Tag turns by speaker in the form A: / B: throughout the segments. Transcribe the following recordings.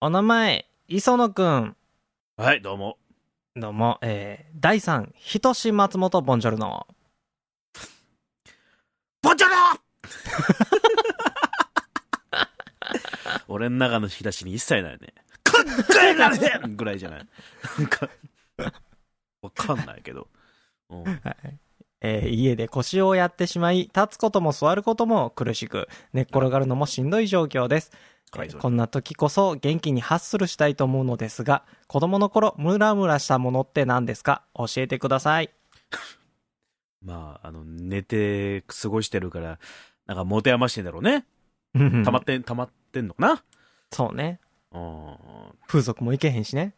A: お名前、磯野くん。
B: はい、どうも。
A: どうも、えー、第3、ひとし松本ボンジョルノ。
B: ボンジョルノ俺の中の引き出しに一切ないね。かっこいいなねぐらいじゃない。なんか、わかんないけど。うん
A: えー家で腰をやってしまい、立つことも座ることも苦しく、寝っ転がるのもしんどい状況です。
B: はい
A: えー
B: それ
A: こんな時こそ元気にハッスルしたいと思うのですが、子供の頃、ムラムラしたものって何ですか教えてください。
B: まあ、あの、寝て過ごしてるから、なんか持て余してんだろうね。溜まってん、溜まってんのか
A: そうね。
B: なうん。
A: 風俗も行けへんしね。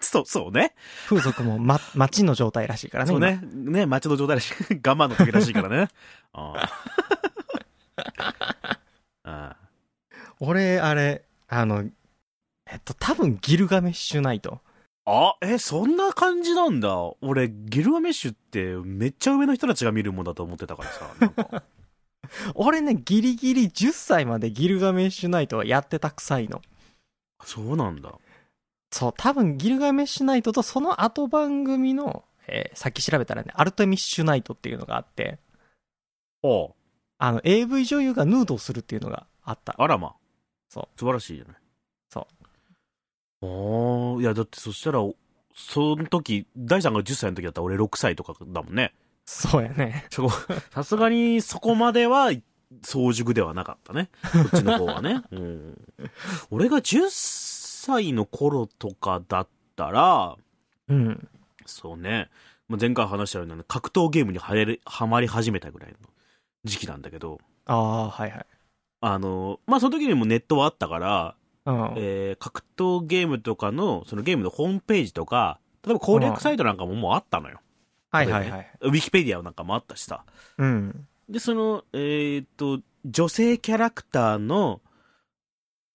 B: そう、そうね。
A: 風俗も ま、待ちの状態らしいからね。
B: そうね。ね、街の状態らしい。 我慢の時らしいからね。 ああ。ああ。
A: 今。俺、あれ、あの、えっと、多分ギルガメッシュナイト。
B: あ、え、そんな感じなんだ。俺、ギルガメッシュってめっちゃ上の人たちが見るもんだと思ってたからさ。なん か
A: 俺ね、ギリギリ10歳までギルガメッシュナイトはやってたくさいの。
B: そうなんだ。
A: そう、多分ギルガメッシュナイトとその後番組の、えーさっき調べたらね、アルテミッシュナイトっていうのがあって、
B: おう
A: あの、AV 女優がヌードをするっていうのがあった。
B: あらま。。
A: そう
B: 素晴らしいじゃない。。
A: そう
B: おーいや、だってそしたら、おその時、大さんが10歳の時だったら俺6歳とかだもんね。
A: そうやね。
B: そこさすがにそこまでは、早熟ではなかったね。こっちの方 はね。うん。俺が10歳の頃とかだったら、
A: うん。
B: そうね。まあ、前回話したように、ね、格闘ゲームにはやりはまり始めたぐらいの時期なんだけど、
A: ああ、はいはい。
B: あの、まあ、その時にもネットはあったから、
A: うん。
B: えー格闘ゲームとかの、そのゲームのホームページとか、例えば攻略サイトなんかももうあったのよ。
A: はいはいはい。
B: ウィキペディアなんかもあったしさ。
A: うん。
B: で、その、えーっと、女性キャラクターの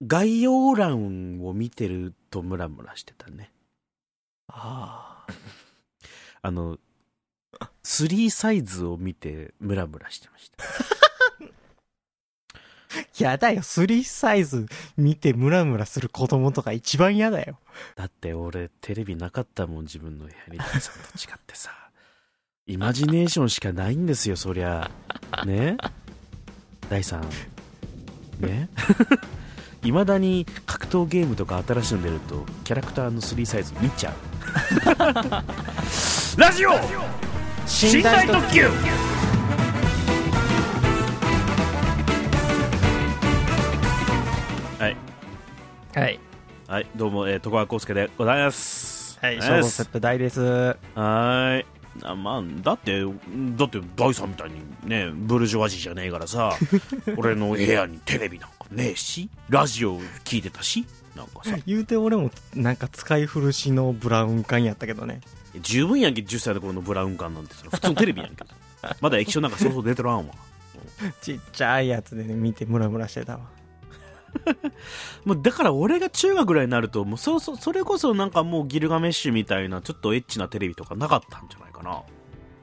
B: 概要欄を見てるとムラムラしてたね。
A: ああ。
B: あの、3サイズを見てムラムラしてました。
A: やだよ、スリーサイズ見てムラムラする子供とか一番嫌だよ。
B: だって俺テレビなかったもん自分の部屋にさんと違ってさイマジネーションしかないんですよそりゃね大さんねいまだに格闘ゲームとか新しいの出るとキャラクターの3サイズ見ちゃ うラジオ
A: 寝台特
B: 急はい
A: はい。
B: はい、どうも、えー、徳川浩介でございます。
A: はい、
B: お
A: シ
B: 願
A: ョー
B: いし
A: ト
B: ま
A: ス
B: す
A: テップ大です。
B: はーい。あまあ、だって、だって、大さんみたいにね、ブルジョワジーじゃねえからさ、俺の部屋にテレビなんかねえし、ラジオ聞いてたし、なんかさ、
A: 言うて俺もなんか使い古しのブラウン管やったけ どね。
B: 十分やんけ、10歳の頃のブラウン管なんて、それ普通のテレビやんけ。まだ液晶なんかそうそう出てらんわ。
A: ちっちゃいやつでね、見てムラムラしてたわ。
B: もうだから俺が中学ぐらいになると、もうそうそう、それこそなんかもうギルガメッシュみたいな、ちょっとエッチなテレビとかなかったんじゃないかな。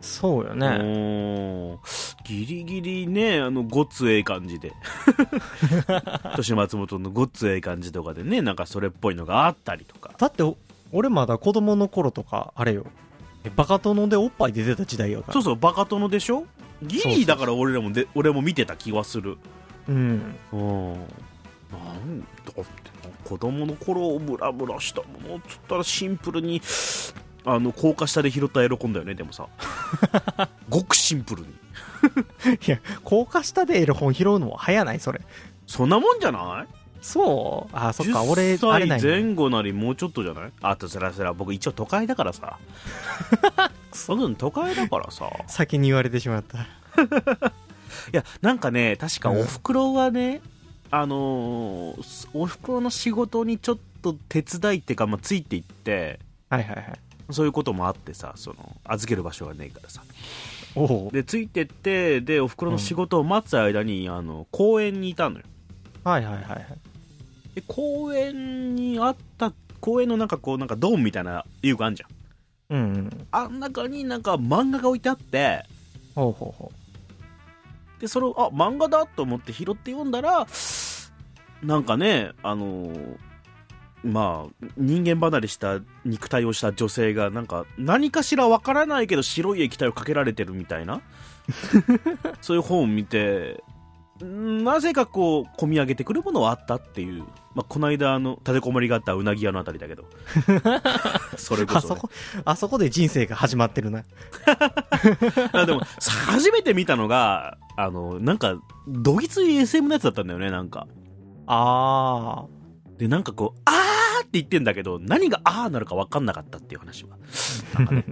A: そうよ
B: う
A: ね。
B: ーんギリギリねあのごっつええ感じ で年松本のごっつええ感じとかでねなんかそれっぽいのがあったりとか
A: だってお、俺まだ子供の頃とか、あれよ。えバカ殿でおっぱい出てた時代やから。
B: そうそうバカ殿でしょギ
A: そうそう
B: リだから俺らもで俺も見てた気はする
A: うん。
B: うんなんだって子供の頃ムラムラしたものっつったらシンプルにあの高架下で拾ったエロコンだよねで もさごくシンプルに
A: いや、高架下でエロ本拾うのは早ない、それ。
B: そんなもんじゃない
A: そうあ、そっか、俺、あれ
B: 10
A: な
B: 歳
A: い、
B: 前後なりもうちょっとじゃないあとそらそら僕一応都会だから さその都会だからさ
A: 先に言われてしまった。
B: いやなんかね確か
A: うん
B: おふくろがね、あのーすおふくろの仕事にちょっと手伝いってか、まあ、ついていって
A: はいはいはい。
B: そういうこともあってさその預ける場所がねえからさ
A: おお。
B: でついてってでおふくろの仕事を待つ間に、あの公園にいたのよ
A: はいはいはいはい。
B: で公園にあった公園のなんかこうなんかドームみたいな遊具あんじゃん
A: うんうん。
B: あん中になんか漫画が置いてあって、
A: ほうほうほ
B: で、それを、あ、漫画だと思って拾って読んだら、なんかね、あのーまあ人間離れした肉体をした女性がなんか何かしらわからないけど白い液体をかけられてるみたいなそういう本を見てなぜかこう込み上げてくるものはあったっていう、まあ、この間あの立てこもりがあったうなぎ屋のあたりだけどそれこ
A: あ
B: そ,、
A: そ
B: ね、
A: こ、あそこで人生が始まってるな。
B: あでもさ初めて見たのがあのなんかどぎつい SM のやつだったんだよねなんか
A: あ
B: でなんかこう「あー!」って言ってんだけど何が「あー!」なるか分かんなかったっていう話はなんかね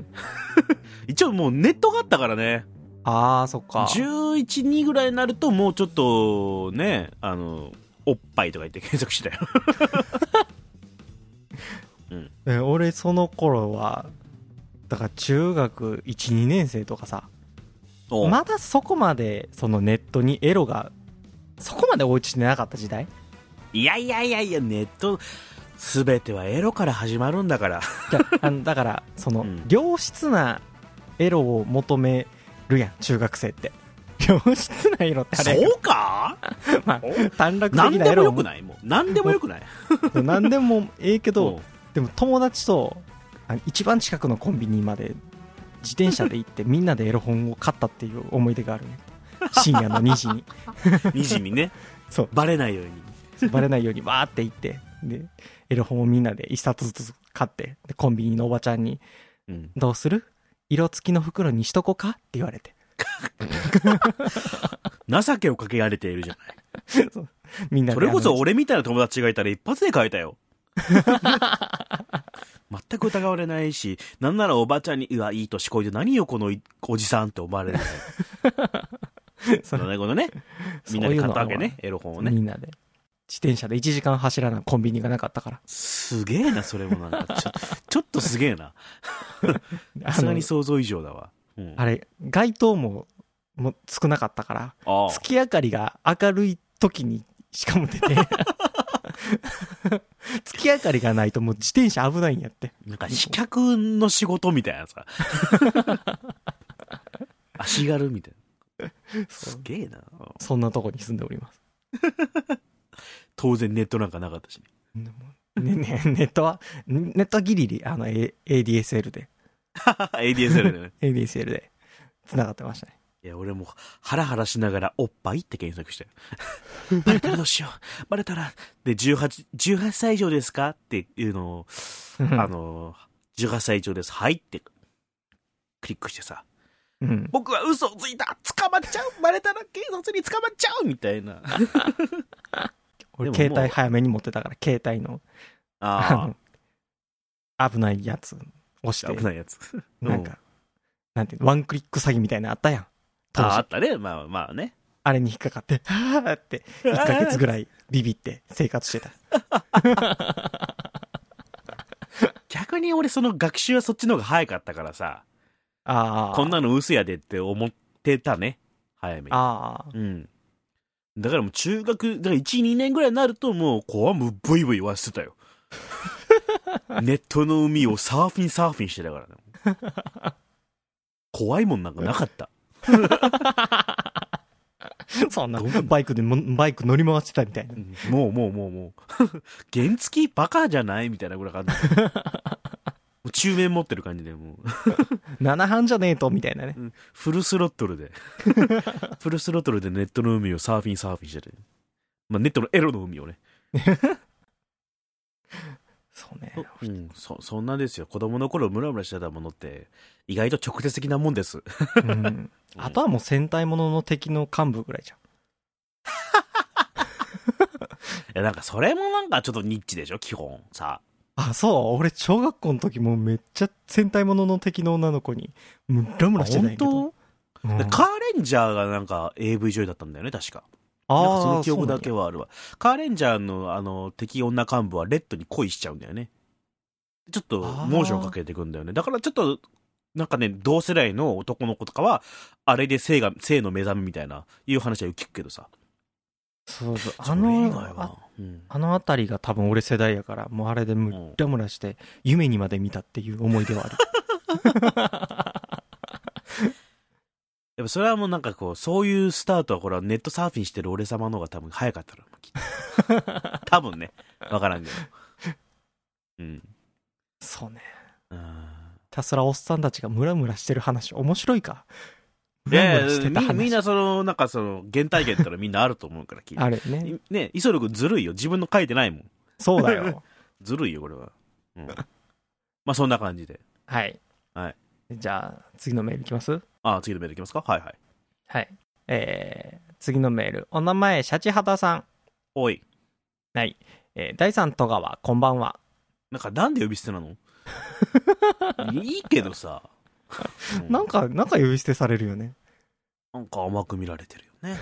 B: 一応もうネットがあったからね
A: あ。ああ、そっか。
B: 112ぐらいになるともうちょっとねあのおっぱいとか言って検索してたよ
A: え俺、その頃は、だから中学1、2年生とかさ、
B: おう
A: まだそこまで、そのネットにエロが、そこまで追いついてなかった時代
B: いやいやいやいやネット全てはエロから始まるんだから
A: じ ゃああのだから、その、
B: うん
A: 良質なエロを求めるやん、中学生って。良質なエロって あれやけど、
B: そうか
A: ま
B: お
A: あ、短絡
B: 何
A: 的な
B: で
A: エ
B: も
A: ロ
B: よくないもう何でもよくない
A: い何でもええけど、
B: おう
A: でも友達とあの一番近くのコンビニまで自転車で行ってみんなでエロ本を買ったっていう思い出があるね深夜の2時に
B: 2時にね
A: そう
B: バレないよう に
A: バレないようにわーって行ってでエロ本をみんなで一冊ずつ買ってでコンビニのおばちゃんに
B: うん
A: 「どうする色付きの袋にしとこか?」って言われて
B: 情けをかけられているじゃない
A: そうみんなで
B: それこそ
A: あの
B: 俺みたいな友達がいたら一発で変え たよ。全く疑われないし、なんならおばちゃんに、うわ、いい年こいて何よ、このいおじさんって思われる。
A: そ
B: そ
A: の
B: のね、このね、みんなで買ったわけね、エロ本をね。
A: みんなで自転車で1時間走らないコンビニがなかったから
B: すげえな、それもなんか、ちょちょっとすげえな。
A: あ
B: さすが
A: の
B: に想像以上だわ。うん
A: あれ街灯ももう少なかったから
B: ああ
A: 月明かりが明るい時にしかも出て 月明かりがないともう自転車危ないんやって
B: なんか、飛脚の仕事みたいなさ。 足軽みたいな。すげえな。うん
A: そんなとこに住んでおります
B: 当然ネットなんかなかったしね。
A: ねねネットはネットはギリギリあの、A、ADSL で
B: ADSL でね。
A: ADSL で繋がってましたね
B: いや、俺もハラハラしながらおっぱいって 検索したよ。バレたらどうしよう。バレたら。で、18、18歳以上ですかっていうのを、あの、18歳以上です。はいって、クリックしてさ、
A: うん
B: 僕は嘘をついた捕まっちゃうバレたら警察に捕まっちゃうみたいな。
A: 俺
B: でも
A: 携
B: もう
A: 帯早めに持ってたから携帯の
B: あ
A: あの危ないやつ 押し
B: あ、
A: て
B: 危ないやつ。
A: なんかなんていうのワンクリック詐欺みたいなのあったやん
B: あ
A: 当
B: あ、あ
A: 時
B: ったね。まあまあね。
A: あれに引っかかって、 はぁって、1ヶ月ぐらいビビって生活してた。
B: 逆に俺その学習はそっちの方が早かったからさ、
A: ああ。
B: こんなの嘘やでって思ってたね。早めに。
A: ああ。
B: うん。だからもう中学、だから1、2年ぐらいになるともう、こはもうブイブイ言わせて たよ。ネットの海をサーフィンサーフィンしてたからね。怖いもんなんかなかった。
A: そんな
B: どんな、
A: バイクでも、バイク乗り回してたみたいな。
B: もうもうもうもう。 原付きバカじゃないみたいなぐらい感じ。も う中面持ってる感じで、もう。
A: 七班じゃねえと、みたいなね。
B: フルスロットル で。フルスロットルでネットの海をサーフィンサーフィンしてて。まあネットのエロの海をね。
A: そうね。
B: うん、そそんなですよ子供の頃ムラムラしてたものって意外と直接的なもんです
A: うん。あとはもう戦隊ものの敵の幹部ぐらいじゃん。
B: いやなんかそれもなんかちょっとニッチでしょ基本さ
A: あ、そう。俺、小学校の時もめっちゃ戦隊ものの敵の女の子に、ムラムラしてたんやけど。
B: 本
A: うん
B: 当、カーレンジャーがなんか AV 女優だったんだよね確か
A: あ
B: なん
A: ー
B: かその記憶だけ
A: そう
B: はあるわカーレンジャーのあの敵女幹部はレッドに恋しちゃうんだよねちょっと
A: あー
B: モーションかけてくんだよねだからちょっとなんかね同世代の男の子とかはあれで性が性の目覚めみたいないう話はよく聞くけどさ
A: なんやそうそう。あ
B: それ以外
A: の、あ
B: は、うん
A: あのあたりが多分俺世代やから、もうあれでムラムラして、夢にまで見たっていう思い出はある。
B: やっぱそれはもうなんかこう、そういうスタートはこれはネットサーフィンしてる俺様の方が多分早かったの。きっと多分ね。わからんけど。うん。
A: そうね
B: あ
A: ひたすらおっさんたちがムラムラしてる話面白いか
B: ー
A: ム
B: い
A: ラ
B: や
A: ム
B: い
A: ラし
B: や
A: てた
B: み、みん
A: 話
B: なその、なんかその、原体験ってのはみんなあると思うから、聞いて。
A: あれね
B: いね、磯野君ずるいよ。自分の書いてないもん。
A: そうだ よ
B: ずるいよ、これは。うん。まあ、そんな感じで。
A: はい、
B: はい、
A: じゃあ次のメールいきます
B: あー次のメールいきますかはいはい。
A: はいえー、次のメールお名前シャチハダさん、
B: おい。
A: えー、第三戸川こんばんは
B: なんか、なんで呼び捨てなのいいけ どさ。う
A: なん、かなんか呼び捨てされるよね
B: なんか甘く見られてるよ ね。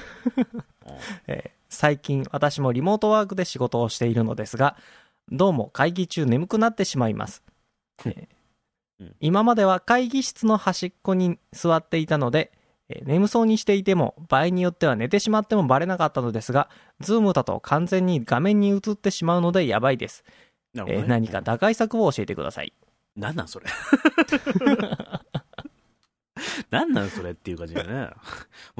A: えー最近私もリモートワークで仕事をしているのですがどうも会議中眠くなってしまいます、えー
B: うん
A: 今までは会議室の端っこに座っていたので、えー眠そうにしていても場合によっては寝てしまってもバレなかったのですが Zoom だと完全に画面に映ってしまうのでやばいです、
B: なるほ
A: え
B: ど
A: ー
B: ね
A: 何か。打開策を教えてください
B: なんなんそれ。なんなんそれっていう感じだね。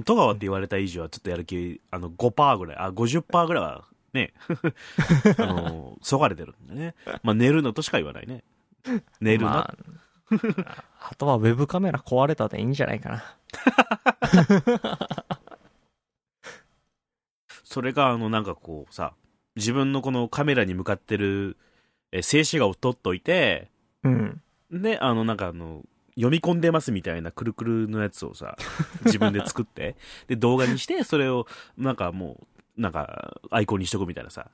B: 戸川って言われた以上はちょっとやる気、あの、5%ぐらい、あ、50%ぐらいはね、あの、そがれてるんでね。まあ、寝るのとしか言わないね。寝るな。
A: まあ あとはウェブカメラ壊れたでいいんじゃないかな
B: それが、あの、なんかこうさ、自分のこのカメラに向かってる、えー静止画を撮っといて、
A: うん
B: で、あの、なんかあの、読み込んでますみたいなくるくるのやつを さ、自分で作って、で、動画にして、それを、なんかもう、なんか、アイコンにしとくみたい なさ。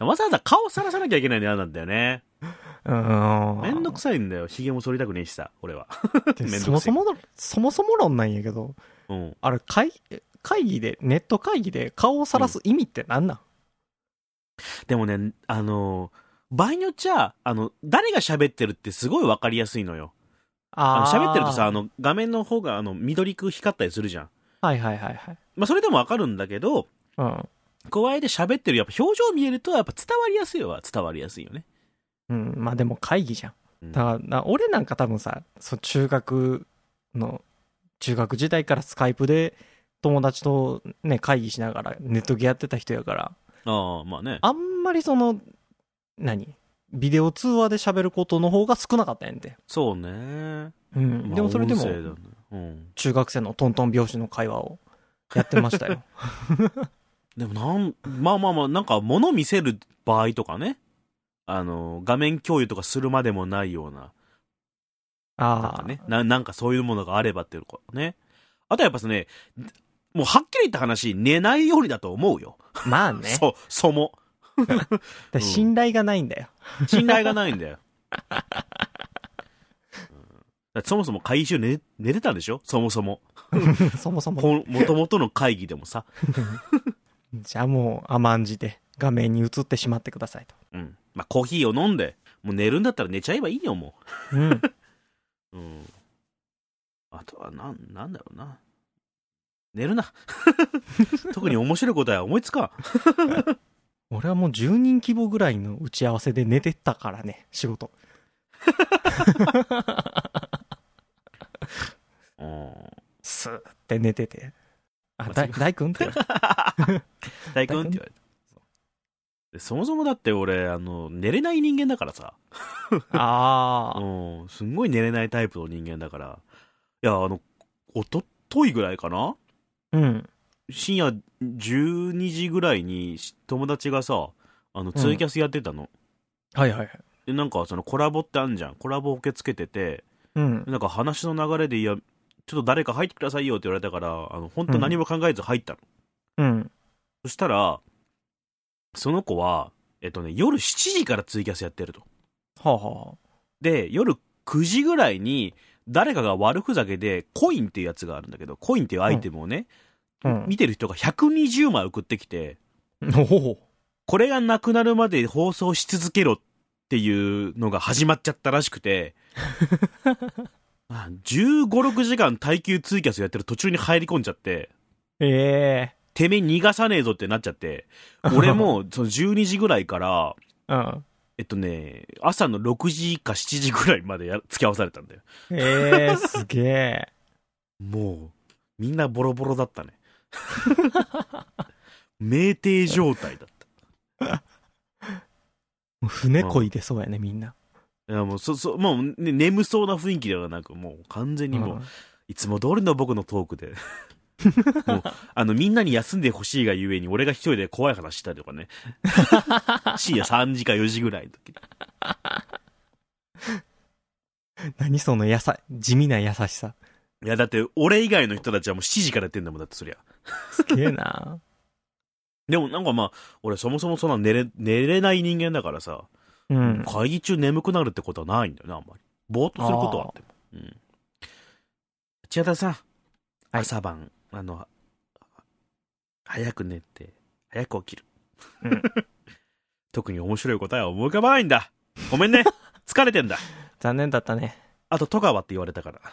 B: わざわざ顔さらさなきゃいけないの嫌なんだよね。
A: うーん
B: めんどくさいんだよ。髭も剃りたくねえしさ、俺は。
A: で
B: めんどくせえ
A: そもそものそもそも論なんやけど
B: うん。
A: あれ会会議でネット会議で顔を晒す意味って何なん、
B: でもね、あの、場合によっちゃ、あの、誰が喋ってるってすごいわかりやすいのよ。あの
A: あー
B: 喋ってるとさ、あの、画面の方が、あの、緑く光ったりするじゃん。
A: はいはいはいはい
B: まあ、それでもわかるんだけど、
A: うん
B: 加えて喋ってるやっぱ表情見えるとやっぱ伝わりやすいは伝わりやすいよね
A: うん、まあでも会議じゃん
B: うん
A: だからな俺なんか多分さそう中学の中学時代からスカイプで友達とね会議しながらネットゲーやってた人やから
B: ああまあね
A: あんまりその何ビデオ通話で喋ることの方が少なかったんやんて、
B: そうね、
A: うん
B: まあ
A: でもそれでも
B: 音声だねうん、
A: 中学生のトントン拍子の会話をやってました よ
B: でもなんまあまあまあなんか物見せる場合とかねあの画面共有とかするまでもないようななん
A: あ
B: か
A: あ、
B: ねななんかそういうものがあればっていうかねあとやっぱそのねもうはっきり言った話寝ないよりだと思うよ、
A: まあね
B: そうそも
A: で
B: うん
A: 信頼がないんだよ、
B: 信頼がないんだよ、うんだってそもそも回収寝寝てたんでしょそもそも
A: そもそも
B: ほんもともとの会議でもさ、
A: じゃあもう甘んじて画面に映ってしまってくださいと
B: うんまあ、コーヒーを飲んでもう寝るんだったら寝ちゃえばいいよも
A: うん
B: う、うん、あとはなんなんだろうな寝るな 特に面白いことは思いつかん
A: 俺はもう10人規模ぐらいの打ち合わせで寝てったからね仕事
B: うん
A: スーって寝ててあだ大君って
B: 大君って言われたでそもそもだって俺あの寝れない人間だからさ、
A: ああ
B: うん、すんごい寝れないタイプの人間だからいやあのおとといぐらいかな
A: うん
B: 深夜12時ぐらいにし友達がさあのツイキャスやってたの、
A: はいはいはい
B: でなんかそのコラボってあんじゃんコラボ受け付けてて
A: うん
B: なんか話の流れで「いやちょっと誰か入ってくださいよ」って言われたからあの本当何も考えず入ったの、
A: うん
B: そしたらその子はえっとね夜7時からツイキャスやってると
A: はあは
B: で夜9時ぐらいに誰かが悪ふざけでコインっていうやつがあるんだけどコインっていうアイテムをね、
A: あうん
B: 見てる人が120枚送ってきて
A: おお
B: これがなくなるまで放送し続けろっていうのが始まっちゃったらしくて、あ15、6時間耐久ツイキャスやってる途中に入り込んじゃって、
A: ええ
B: てめえ逃がさねえぞってなっちゃって、俺もその12時ぐらいから、
A: うん
B: えっとね、朝の6時か7時ぐらいまでや付き合わされたんだよ。
A: え えすげえ
B: もう、みんなボロボロだったね。 酩酊状態だった。
A: もう船こいでそうやね、みんな。
B: いやもうそそもう、ね、眠そうな雰囲気ではなくもう完全にも
A: う
B: う、
A: ん
B: いつも通りの僕のトークでもうあのみんなに休んでほしいがゆえに俺が一人で怖い話したりとかね深夜3時か4時ぐらいの時
A: 何そのやさ、地味な優しさ。
B: いやだって俺以外の人たちはもう7時からやってんだもんだってそりゃ
A: すげえな。
B: でもなんかまあ俺そもそもそんな寝れ寝れない人間だからさ、
A: うん。
B: 会議中眠くなるってことはないんだよねあんまりぼーっとすることはあっても、うん、千田さん、
A: い
B: 朝晩あの早く寝て早く起きる、
A: うん
B: 特に面白い答えは思い浮かばないんだごめん ね疲れてんだ
A: 残念だったね。
B: あと戸川って言われたから、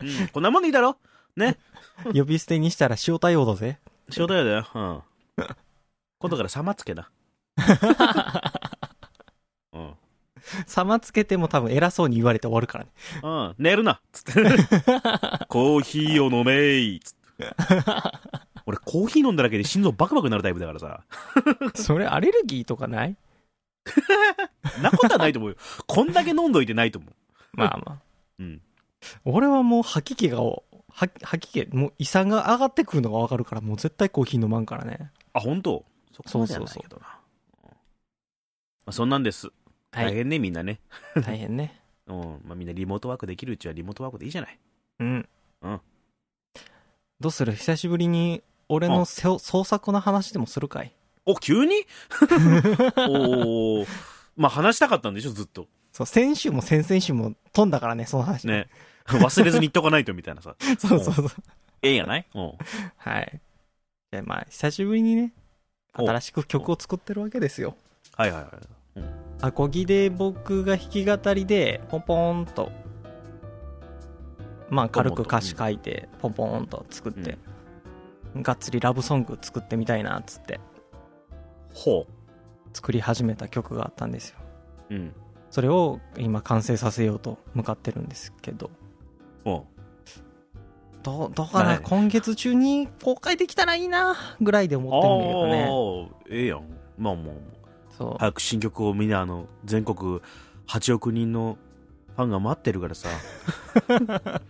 B: うんこんなもんでいいだろ
A: 呼び捨てにしたら塩対応だぜ。
B: 仕事やだよ、うん、 今度から様つけ なうん
A: 様つけても多分偉そうに言われて終わるからね。
B: うん、寝るなっつって。 コーヒーを飲めいっつって。俺、コーヒー飲んだだけで心臓バクバクなるタイプだからさ。
A: それアレルギーとかない
B: なことはないと思うよ。こんだけ飲んどいてないと思う。
A: まあまあ。
B: うん。
A: 俺はもう吐き気が、は吐き気、もう胃酸が上がってくるのがわかるから、もう絶対コーヒー飲まんからね。
B: あ、本当そこまではないけどな。うんまあ、そんなんです。
A: はい
B: 大変ね、みんなね。
A: 大変ね。
B: うん。まあ、みんなリモートワークできるうちはリモートワークでいいじゃない。
A: うん。
B: うん
A: どうする久しぶりに、俺のせお創作の話でもするかい
B: お、急におーまあ、話したかったんでしょ、ずっと。
A: そう、先週も先々週も飛んだからね、その話。
B: ね。忘れずに言っとかないと、みたいなさ。
A: そうそうそう。
B: ええやないうん。
A: はい。じゃあまあ、久しぶりにね、
B: お
A: 新しく曲を作ってるわけですよ。
B: はいはいはい。
A: アコギで僕が弾き語りで、ポンポンと、まあ軽く歌詞書いて、ポンポンと作って、がっつりラブソング作ってみたいな、っつって、
B: ほ
A: 作り始めた曲があったんですよ。
B: う。うん。
A: それを今完成させようと向かってるんですけど、
B: うん。
A: どう、どうか
B: は
A: な、
B: い
A: 今月中に公開できたらいいな、ぐらいで思ってるんだけどね。
B: ああ、ええやん。まあもう、
A: そう。
B: 早く新曲をみんな、あの、全国8億人のファンが待ってるからさ。
A: だか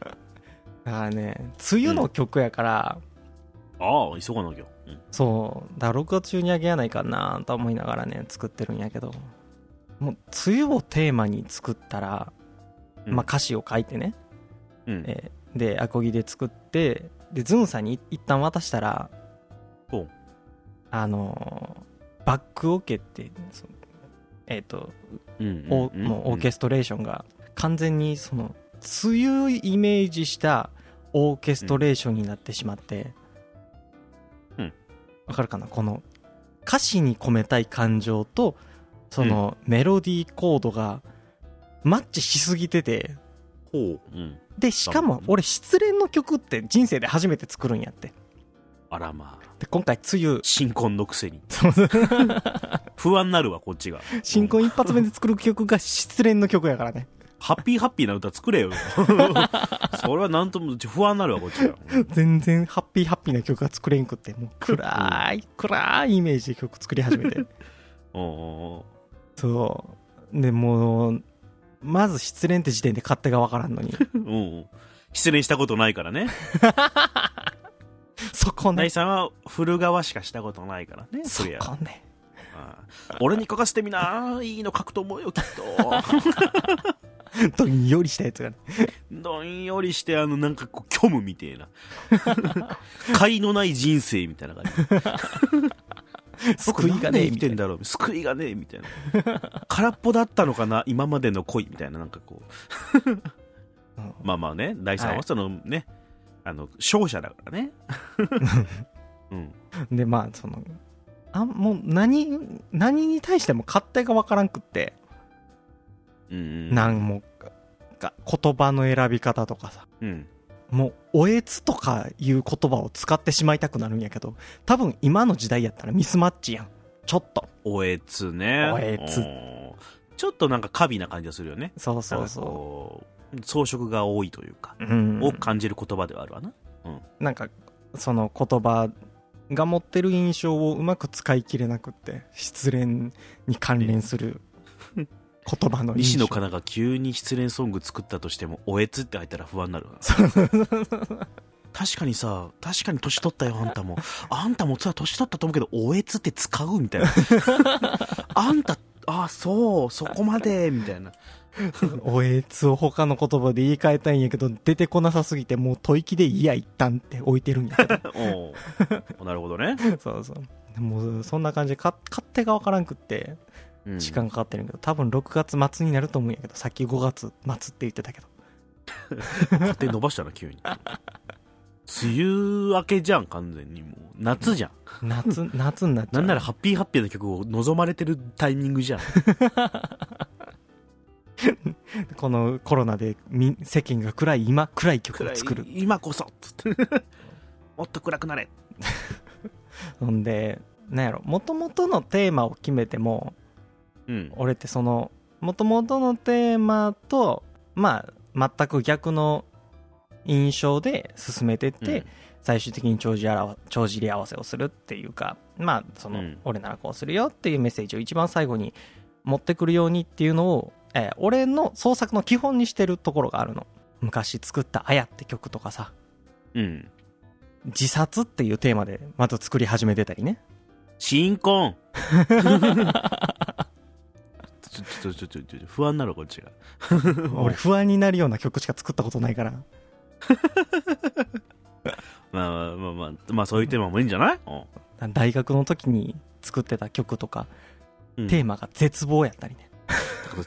A: らね、梅雨の曲やから、
B: ああ、急がなきゃ。うん。
A: そう、だから6月中にあげやないかなと思いながらね、作ってるんやけど、もう、梅雨をテーマに作ったら、
B: うん
A: まあ歌詞を書いてね、
B: うん
A: えーで、アコギで作って、で、ズンさんに一旦渡したら
B: ほう、
A: あのーバックオケって、そのえっ、と、
B: うん
A: おもうオーケストレーションが完全にその梅雨イメージしたオーケストレーションになってしまって
B: うんうん
A: わかるかなこの歌詞に込めたい感情とそのメロディーコードがマッチしすぎてて
B: ほう。うん。
A: でしかも俺失恋の曲って人生で初めて作るんやって
B: あらまあ、
A: で今回梅雨
B: 新婚のく せに。
A: そうそう
B: 不安になるわ、こっちが。
A: 新
B: うん
A: 婚一発目で作る曲が失恋の曲やからね
B: ハッピーハッピーな歌作れよ。 それはなんとも、不安になるわ、こっちが。うん
A: 全然ハッピーハッピーな曲が作れんくってもう暗い暗いイメージで曲作り始めて
B: うんうん
A: そうでもうまず失恋って時点で勝手が分からんのに
B: うんうんうん。失恋したことないから ね。
A: そこ
B: 大
A: ね
B: さんは古川しかしたことないからね。
A: そ
B: そ
A: こ
B: りゃ
A: ね
B: ああ俺に書かせてみな。いいの書くと思うよ、きっ
A: ど
B: と。
A: んよりしたやつがね
B: どんよりして、あの、なんかこう、虚無みてえな。 解のない人生みたいな感じ。
A: 救いが
B: 僕なんで
A: ね
B: 生
A: みた
B: きて
A: いな
B: んだろう。救いがねえ、みたいな。空っぽだったのかな、今までの恋みたいな、なんかこう。
A: うん
B: まあまあね、大さん
A: は
B: はいそのね、あの、勝者だから ね。うん。
A: でまあそのあもう何何に対しても勝手が分からんくって、
B: うんうん。
A: なんもか言葉の選び方とかさ
B: うん。
A: もう、おえつとかいう言葉を使ってしまいたくなるんやけど、多分今の時代やったらミスマッチやん。ちょっと。
B: おえつね。
A: おえつ
B: うんちょっとなんか過敏な感じがするよね。
A: そうそう
B: なんか
A: そ
B: こう装飾が多いというか、
A: う。うん。
B: を感じる言葉ではあるわな
A: なんか、その言葉が持ってる印象をうまく使い切れなくって失恋に関連する言葉の
B: 西
A: 印象
B: 野カナが急に失恋ソング作ったとしても「おえつ」って入ったら不安になるな 確かにさ確かに年取ったよあんたもあんたもさ年取ったと思うけど「おえつ」って使うみたいな あんたあそうそこまでみたいな
A: おえつを他の言葉で言い換えたいんやけど出てこなさすぎてもう吐息で「いや一旦」って置いてるんやけど
B: おうなるほどね、
A: そうそうもうそんな感じでか勝手がわからんくって
B: うん
A: 時間かかってるんやけど多分6月末になると思うんやけどさっき5月末って言ってたけど
B: 勝手に伸ばしたな急に梅雨明けじゃん完全にもう夏じゃん
A: 夏夏になっちゃ
B: な
A: うん
B: ならハッピーハッピーな曲を望まれてるタイミングじゃん
A: このコロナでみ世間が暗い今暗い曲を作る
B: 暗い今こそ つってもっと暗くなれ
A: ほんでなんやろもともとのテーマを決めても
B: うん
A: 俺ってそのもともとのテーマとまあ全く逆の印象で進めてって、最終的に帳尻あらわ帳尻合わせをするっていうかまあその、
B: うん
A: 俺ならこうするよっていうメッセージを一番最後に持ってくるようにっていうのを、えー俺の創作の基本にしてるところがあるの昔作った「あや」って曲とかさ
B: うん、うん、
A: 自殺っていうテーマでまず作り始めてたり ね
B: 新婚ちょちょちょちょちょちょ不安になるこっちが
A: 俺不安になるような曲しか作ったことないから
B: まあまあまあまあ、まあ、そういうテーマもいいんじゃない、うん
A: 大学の時に作ってた曲とか、
B: うん
A: テーマが絶望やったりね、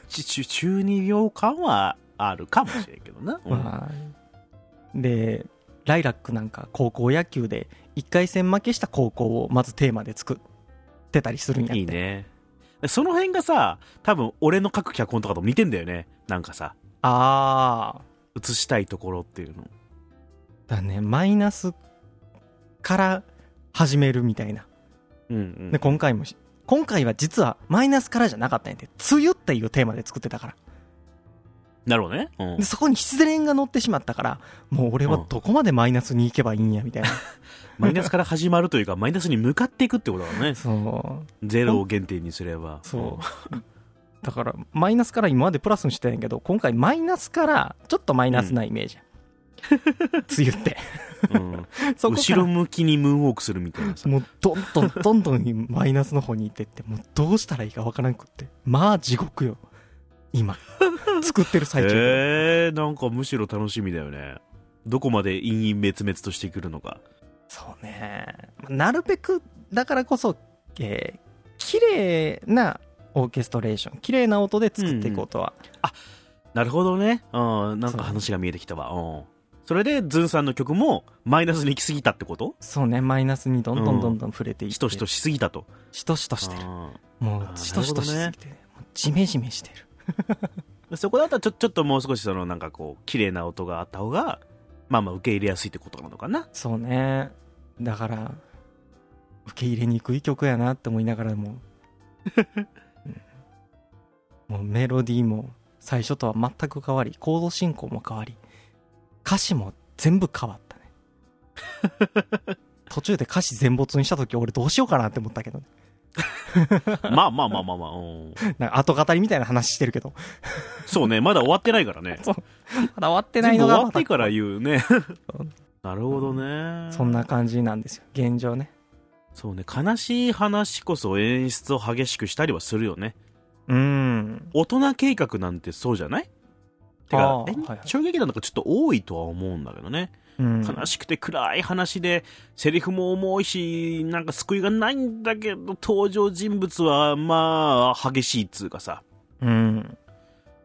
B: ちち中二病感はあるかもしれんけど な、うん
A: まあ、でライラックなんか高校野球で1回戦負けした高校をまずテーマで作ってたりするんやって
B: いいねその辺がさ多分俺の書く脚本とかと似てんだよねなんかさ
A: ああ
B: 映したいところっていうの
A: だねマイナスから始めるみたいな
B: うんうん
A: で今回もし今回は実はマイナスからじゃなかったんやで「梅雨」っていうテーマで作ってたから
B: なるほどね、うん
A: でそこに失恋が乗ってしまったからもう俺はどこまでマイナスに行けばいいんやみ たいな、
B: マイナスから始まるというかマイナスに向かっていくってことだね
A: そう
B: ゼロを原点にすれば
A: そうだからマイナスから今までプラスにしてたんやけど今回マイナスからちょっとマイナスなイメー ジ、梅雨って
B: うん、うん
A: そこか
B: 後
A: ら
B: ろ向きにムーンウォークするみたいなさ
A: もうどんどんどんどんマイナスの方に行ってってもうどうしたらいいかわからんくってまあ地獄よ 今作ってる最中で、
B: えー、なんかむしろ楽しみだよねどこまで陰々滅々としてくるのか
A: そうねまあなるべくだからこそえー綺麗なオーケストレーション綺麗な音で作っていこうとは、
B: なるほどねうんなんか話が見えてきたわうんそれでズンさんの曲もマイナスに行き過ぎたってこと
A: そうねマイナスにどんどんどんどん触れていって、
B: しとしとしすぎたと
A: しとしとしてる
B: う
A: も
B: あ
A: う
B: ー
A: しとしとしすぎて、もうジメジメしてる
B: んそこだったらちょちょっともう少しそのなんかこう綺麗な音があった方がまあまあ受け入れやすいってことなの かな
A: そうねだから受け入れにくい曲やなって思いながら もうんもうメロディーも最初とは全く変わりコード進行も変わり歌詞も全部変わったね 途中で歌詞全没にした時俺どうしようかなって思ったけどね
B: まあまあまあまあまあ、うん、
A: なんか後語りみたいな話してるけど
B: そうねまだ終わってないからね
A: ま だ終わってな
B: 全
A: い
B: 部
A: の
B: 終
A: が
B: わ
A: ま
B: ったてから言 うね
A: そう
B: なるほどね
A: そんな感じなんですよ現状ね
B: そうね悲しい話こそ演出を激しくしたりはするよね
A: うん
B: 大人計画なんてそうじゃないて
A: あ
B: か
A: ーはいはい
B: 衝撃なんかちょっと多いとは思うんだけどね、
A: うん
B: 悲しくて暗い話でセリフも重いしなんか救いがないんだけど登場人物はまあ激しいっつうかさ
A: うん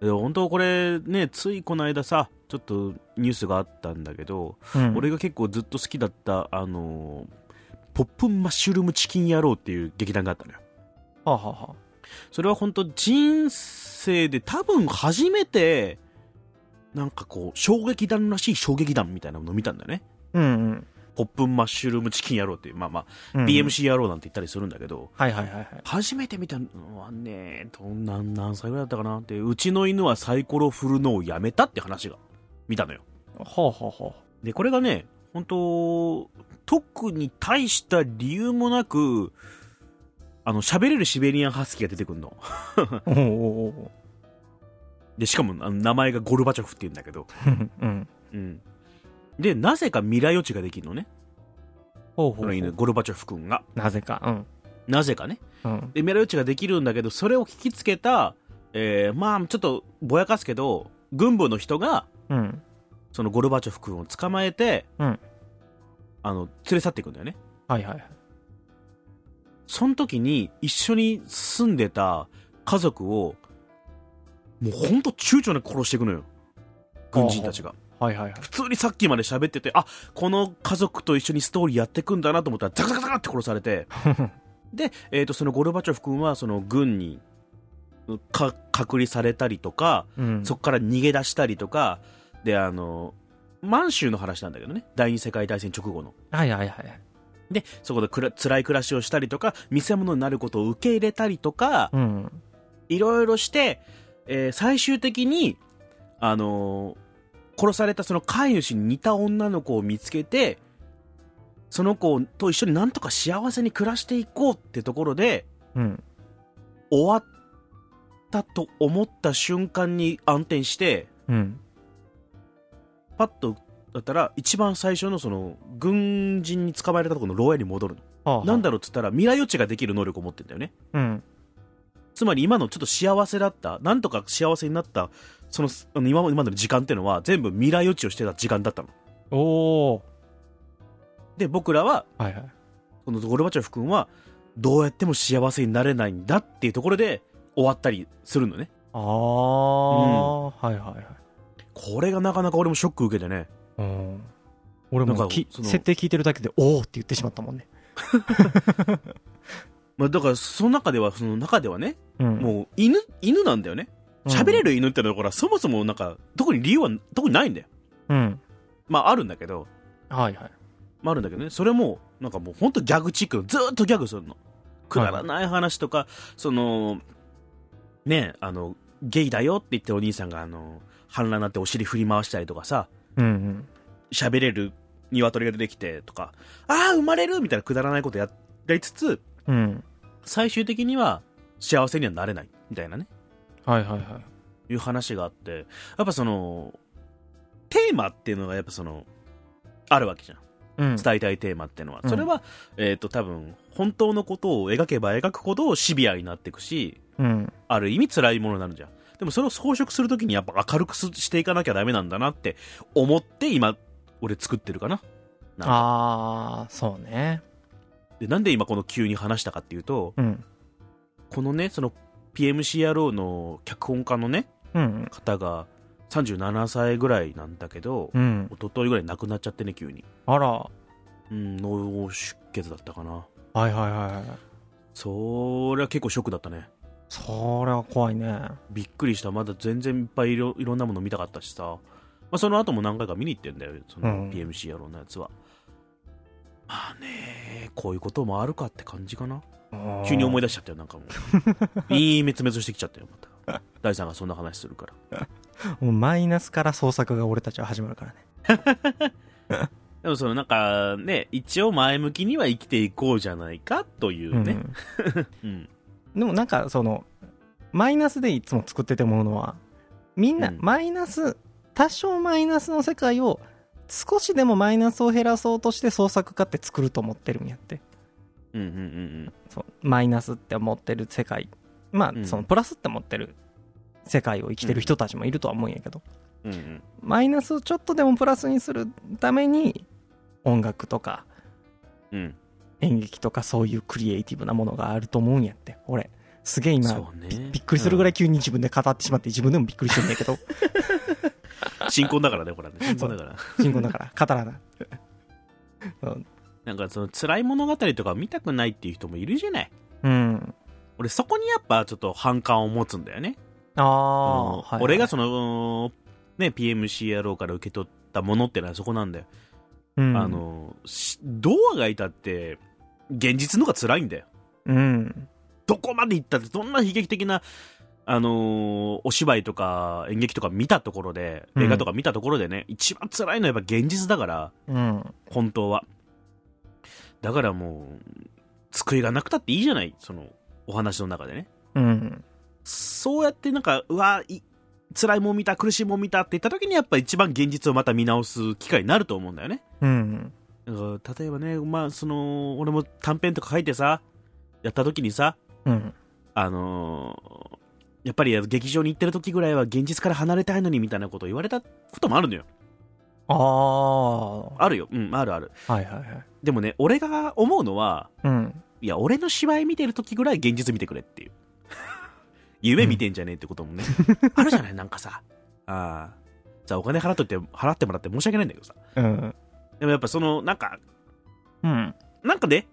B: で本当これねついこの間さちょっとニュースがあったんだけど、
A: うん
B: 俺が結構ずっと好きだったあのーポップンマッシュルームチキン野郎っていう劇団があったのよ
A: はあ、はあはあ、
B: それは本当人生で多分初めてなんかこう衝撃弾らしい衝撃弾みたいなものを見たんだよね
A: うん
B: ポップンマッシュルームチキン野郎っていうまあま
A: う
B: あ
A: ん。
B: BMC 野郎なんて言ったりするんだけど、
A: はいはいはいはい。
B: 初めて見たのはねどんなん何歳ぐらいだったかなってうちの犬はサイコロ振るのをやめたって話が見たのよ
A: ほうほうほ
B: でこれがね本当特に大した理由もなく、あの、喋れるシベリアンハスキーが出てくるの。
A: おうおうおう
B: で、しかも、あの名前がゴルバチョフって言うんだけど。
A: うん。
B: うん。で、なぜか未来予知ができるのね。
A: ほうほう
B: こ
A: ほ
B: の犬、
A: う。
B: ゴルバチョフ君が。
A: なぜか。うん。
B: なぜかね。
A: うん。
B: で、未来予知ができるんだけど、それを聞きつけた、えー、まあ、ちょっとぼやかすけど、軍部の人が、
A: うん。
B: そのゴルバチョフ君を捕まえて、
A: うん
B: あの、連れ去っていくんだよね。
A: はいはいはい。
B: その時に一緒に住んでた家族を、もうほんと躊躇なく殺していくのよ。軍人たちが。
A: はいはいはい。
B: 普通にさっきまで喋ってて、あ、この家族と一緒にストーリーやってくんだなと思ったら、ザクザクザクって殺されて、で、えっ、と、そのゴルバチョフ君は、その軍に、か、隔離されたりとか、
A: うん。
B: そこから逃げ出したりとか、で、あの、満州の話なんだけどね、第二次世界大戦直後の。
A: はいはいはい。
B: で、そこでくら辛い暮らしをしたりとか、見せ物になることを受け入れたりとか
A: う、ん。
B: いろいろして、えー最終的に、あのー殺されたその飼い主に似た女の子を見つけて、その子と一緒になんとか幸せに暮らしていこうってところで、
A: うん。
B: 終わったと思った瞬間に暗転して、
A: うん。
B: パッとだったら一番最初のその軍人に捕まえられたところの牢屋に戻る
A: はあは
B: の
A: あ
B: なんだろうっつったら未来予知ができる能力を持ってんだよね
A: うん。
B: つまり今のちょっと幸せだったなんとか幸せになったそのあの今まで今までの時間っていうのは全部未来予知をしてた時間だったの
A: おお。
B: で僕らは
A: はいはい。
B: このゴルバチョフ君はどうやっても幸せになれないんだっていうところで終わったりするのね
A: ああ、はいはいはい。
B: これがなかなか俺もショック受けてね
A: うん。俺
B: な
A: も
B: んか
A: き
B: その
A: 設定聞いてるだけで、おおって言ってしまったもんね。
B: まあ、だからその中ではその中ではね
A: うん。
B: もう犬犬なんだよね喋れ
A: る
B: る犬ってのはこれはそもそもなんか特に理由は特にないんだよ
A: うん。
B: まああるんだけど
A: はいはい。
B: まああるんだけどねそれもなんかもうほんとギャグチックのずーっとギャグするのくだらない話とか、そのねあのゲイだよって言ってお兄さんがあの反乱になってお尻振り回したりとかさ
A: うんうん。
B: 喋れる鶏が出てきてとかああ生まれるみたいなくだらないことややりつつ
A: うん。
B: 最終的には幸せにはなれないみたいなね
A: はいはいはい。
B: いう話があってやっぱそのテーマっていうのがやっぱそのあるわけじゃん
A: うん。
B: 伝えたいテーマっていうのは、
A: うん
B: それは、えっと多分本当のことを描けば描くほどシビアになっていくし
A: うん。
B: ある意味辛いものになるじゃんでもそれを装飾するときにやっぱ明るくすしていかなきゃダメなんだなって思って今俺作ってるかななんか
A: ああ、そうね。
B: でなんで今この急に話したかっていうと
A: うん。
B: このねその PMCRO の脚本家のね
A: うん。
B: 方が37歳ぐらいなんだけど、
A: うん。
B: 一昨日ぐらい亡くなっちゃってね急に、
A: あら。は
B: うん、脳出血だったかない
A: はいはいはい。
B: それは結構ショックだったね
A: それは怖いね。
B: びっくりしたまだ全然いっぱいいろいろんなもの見たかったしさ、まあ、その後も何回か見に行ってんだよそうの
A: ん
B: PMC 野郎のやつは、まあねこういうこともあるかって感じかな急に思い
A: 出
B: 出しちゃったよなんか もういい滅滅してきちゃったよまた大さんがそんな話するから
A: もうマイナスから創作が俺たちは始まるからね。
B: でもそのなんかね一応前向きには生きていこうじゃないかというね、
A: ん
B: うん
A: でもなんかそのマイナスでいつも作ってて思うのはみんな
B: うん
A: マイナス、多少マイナスの世界を少しでもマイナスを減らそうとして創作家って作ると思ってるんやって
B: うんうんうん
A: そうマイナスって思ってる世界ま
B: う
A: あ
B: ん
A: そのプラスって思ってる世界を生きてる人たちもいるとは思うんやけど、
B: うんうんうん
A: マイナスをちょっとでもプラスにするために音楽とか
B: うん
A: 演劇とかそういうクリエイティブなものがあると思うんやって俺すげえ今
B: そうね
A: びっくりするぐら
B: い、
A: い急に自分で語ってしまって自分でもびっくりしてるんだけ ど
B: うん新婚だからねこれはね 新婚だから
A: 新婚だから語らない
B: なんかその辛い物語とか見たくないっていう人もいるじゃない
A: うん
B: 俺そこにやっぱちょっと反感を持つんだよね
A: あ
B: あ
A: あ、はいはい
B: 俺がそのね PMCRO から受け取ったものってのはそこなんだよ、
A: うん
B: あのしどうあがいたって現実の方が辛いんだよ
A: うん
B: どこまで行ったってどんな悲劇的なあのーお芝居とか演劇とか見たところで、
A: うん
B: 映画とか見たところでね、一番辛いのはやっぱ現実だから、
A: うん。
B: 本当は。だからもう、救いがなくたっていいじゃない、その、お話の中でね。
A: うん。
B: そうやってなんか、うわ、い辛いもん見た、苦しいもん見たって言った時に、やっぱ一番現実をまた見直す機会になると思うんだよね。
A: うん。
B: だから例えばね、まあ、その俺も短編とか書いてさやった時にさ、
A: うん。
B: あのーやっぱり劇場に行ってる時ぐらいは現実から離れたいのにみたいなことを言われたこともあるのよ
A: ああ。は
B: あるようんあるある
A: いはいはい。
B: でもね俺が思うのは
A: うん。
B: いや俺の芝居見てる時ぐらい現実見てくれっていう 夢見てんじゃねえってこともね、あるじゃないなんかさああさあお金払っといて払ってもらって申し訳ないんだけどさ
A: うん。
B: でもやっぱそのなんか
A: うん。
B: なんかね、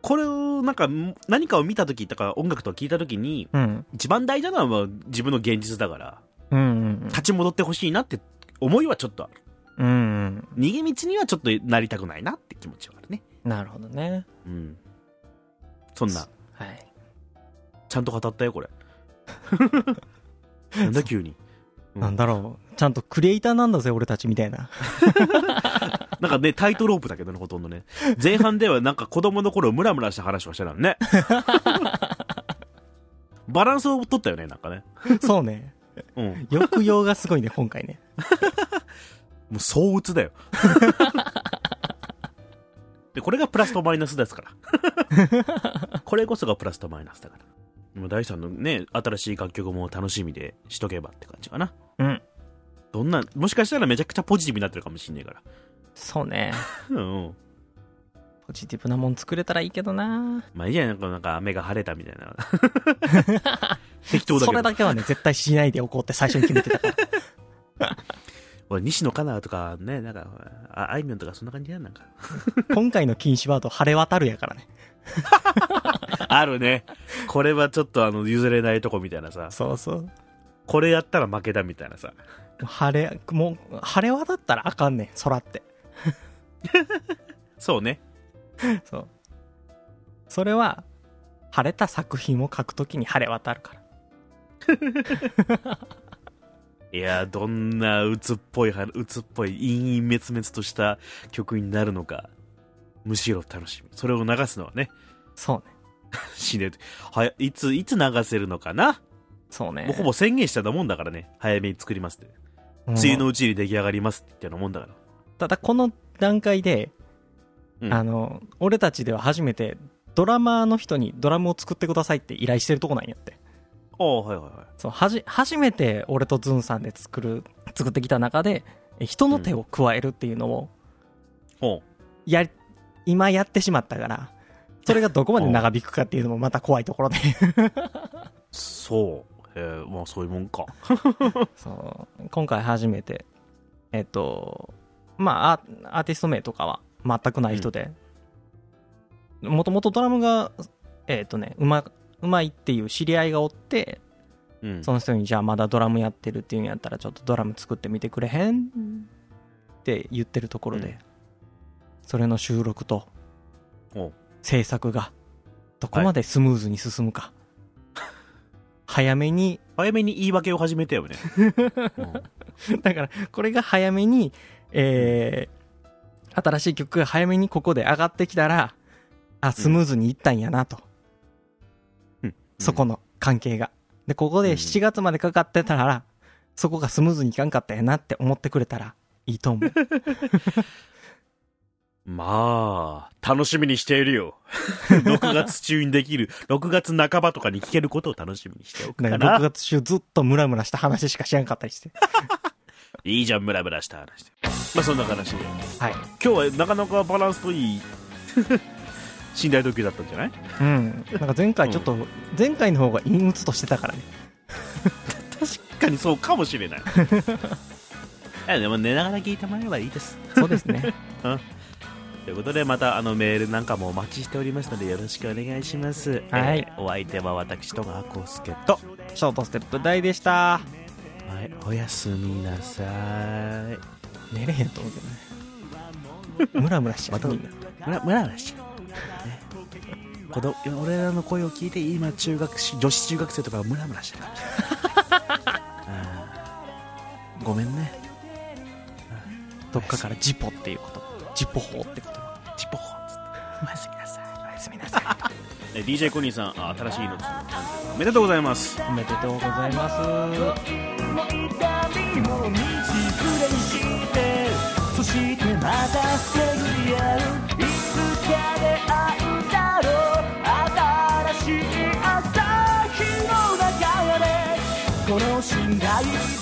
B: これを、なんか、ん何かを見たときとか、音楽とか聞いたときに、
A: うん。
B: 一番大事なのは自分の現実だから、
A: うん。
B: 立ち戻ってほしいなって思いはちょっとある。
A: うん。
B: 逃げ道にはちょっとなりたくないなって気持ちはあるね。
A: なるほどね。
B: うん。そんな、
A: はい。
B: ちゃんと語ったよ、これ。なんだ急に。うん
A: なんだろう。ちゃんとクリエイターなんだぜ、俺たちみたい な。
B: なんかね、タイトロープだけどね、ほとんどね。前半ではなんか子供の頃ムラムラした話をしてた のね。バランスを取ったよね、なんかね。
A: そうね。
B: うん。
A: 抑揚がすごいね、今回ね。
B: もう相打 つだよ。で、これがプラスとマイナスですから。 これこそがプラスとマイナスだから。もう第三のね、新しい楽曲も楽しみでしとけばって感じかな。
A: うん。
B: どんな、もしかしたらめちゃくちゃポジティブになってるかもしんねえから。
A: そうね。
B: うんうん。
A: ポジティブなもん作れたらいいけどな。
B: まあいいじゃないなんか、なんか雨が晴れたみたいな。適当
A: そ
B: だけ
A: れ
B: ど。
A: だけはね、絶対しないでおこうって最初に決めてたから。
B: 俺、西野カナとかね、なんか、ああいみょんとかそんな感じやんなんか。
A: 今回の禁止ワード、晴れ渡るやからね。
B: あるね。これはちょっとあの、譲れないとこみたいなさ。
A: そうそう。
B: これやったら負けだみたいなさ。
A: 晴れ、もう、晴れ渡ったらあかんねん、空って。
B: そうね。
A: そう。それは、晴れた作品を書くときに晴れ渡るから。
B: いやーどんな鬱っぽいは鬱っぽい陰々滅々とした曲になるのかむしろ楽しみそれを流すのはね
A: そうね。
B: 死ねるはいいついつ流せるのかな
A: そうね。
B: もうほぼ宣言したようなもんだからね早めに作りますって
A: うん
B: 梅雨のうちに出来上がりますって言ったようなもんだから
A: ただこの段階で、
B: うん
A: あの俺たちでは初めてドラマーの人にドラムを作ってくださいって依頼してるとこなんやって
B: ああはいはいはい
A: そうはじ初めて俺とズンさんで作る作ってきた中でえ人の手を加えるっていうのを
B: ほう
A: やり、今やってしまったからそれがどこまで長引くかっていうのもまた怖いところで
B: そうえー、まあそういうもんか
A: そう今回初めてえっとまあアアーティスト名とかは全くない人でもともとドラムがえっとねうまうまいっていう知り合いがおって
B: うん
A: その人にじゃあまだドラムやってるっていうんやったらちょっとドラム作ってみてくれへんって言ってるところで、
B: うん
A: それの収録と
B: おう
A: 制作がどこまでスムーズに進む か、早めに
B: 早めに言い訳を始め たよね、うん
A: だからこれが早めに、えー新しい曲が早めにここで上がってきたらあスムーズにいったんやなと、
B: うん
A: そこの関係がでここ
B: う
A: で
B: ん
A: 7月までかかってたら、そこがスムーズにいかんかったやなって思ってくれたらいいと思う
B: まあ、楽しみにしてい るよ。6月中にできる、6月半ばとかに聞けることを楽しみにしておく
A: な
B: か
A: んか6
B: ら。
A: 月中ずっとムラムラした話しか知らんかったりして
B: いいじゃん、ムラムラした話で。まあ、そんな話で。
A: はい
B: 今日はなかなかバランスと いい、寝台特急だったんじゃない
A: うんなんか前回ちょっと、前回の方が陰鬱としてたからね
B: 確かにそうかもし れない。いやでも寝ながら聞いてもらえばいいです。
A: そうですね
B: ということで、またあのメールなんかもお待ちしておりますので、よろしくお願いします。
A: はい
B: えーお相手は私、戸川浩介と。
A: ショートステップ大でした
B: はい、おやすみなさい。
A: 寝れへんと思うけどねムラムラしちゃうみんな
B: ムラムラムラしちゃうね
C: この俺らの声を聞いて今中学し女子中学生とかムラムラしてるかもしれないうんごめんね
A: どっかからジポっていうことジポ法ってこと
C: チポホつっておやすみなさい
A: おやすみなさい
C: え DJ コニーさんあ新しいのおめでとうございます
A: おめでとうございます
B: もう二人も道連れにしてそしてまた巡り合ういつか出会うだろう新しい朝日の中でこの信頼で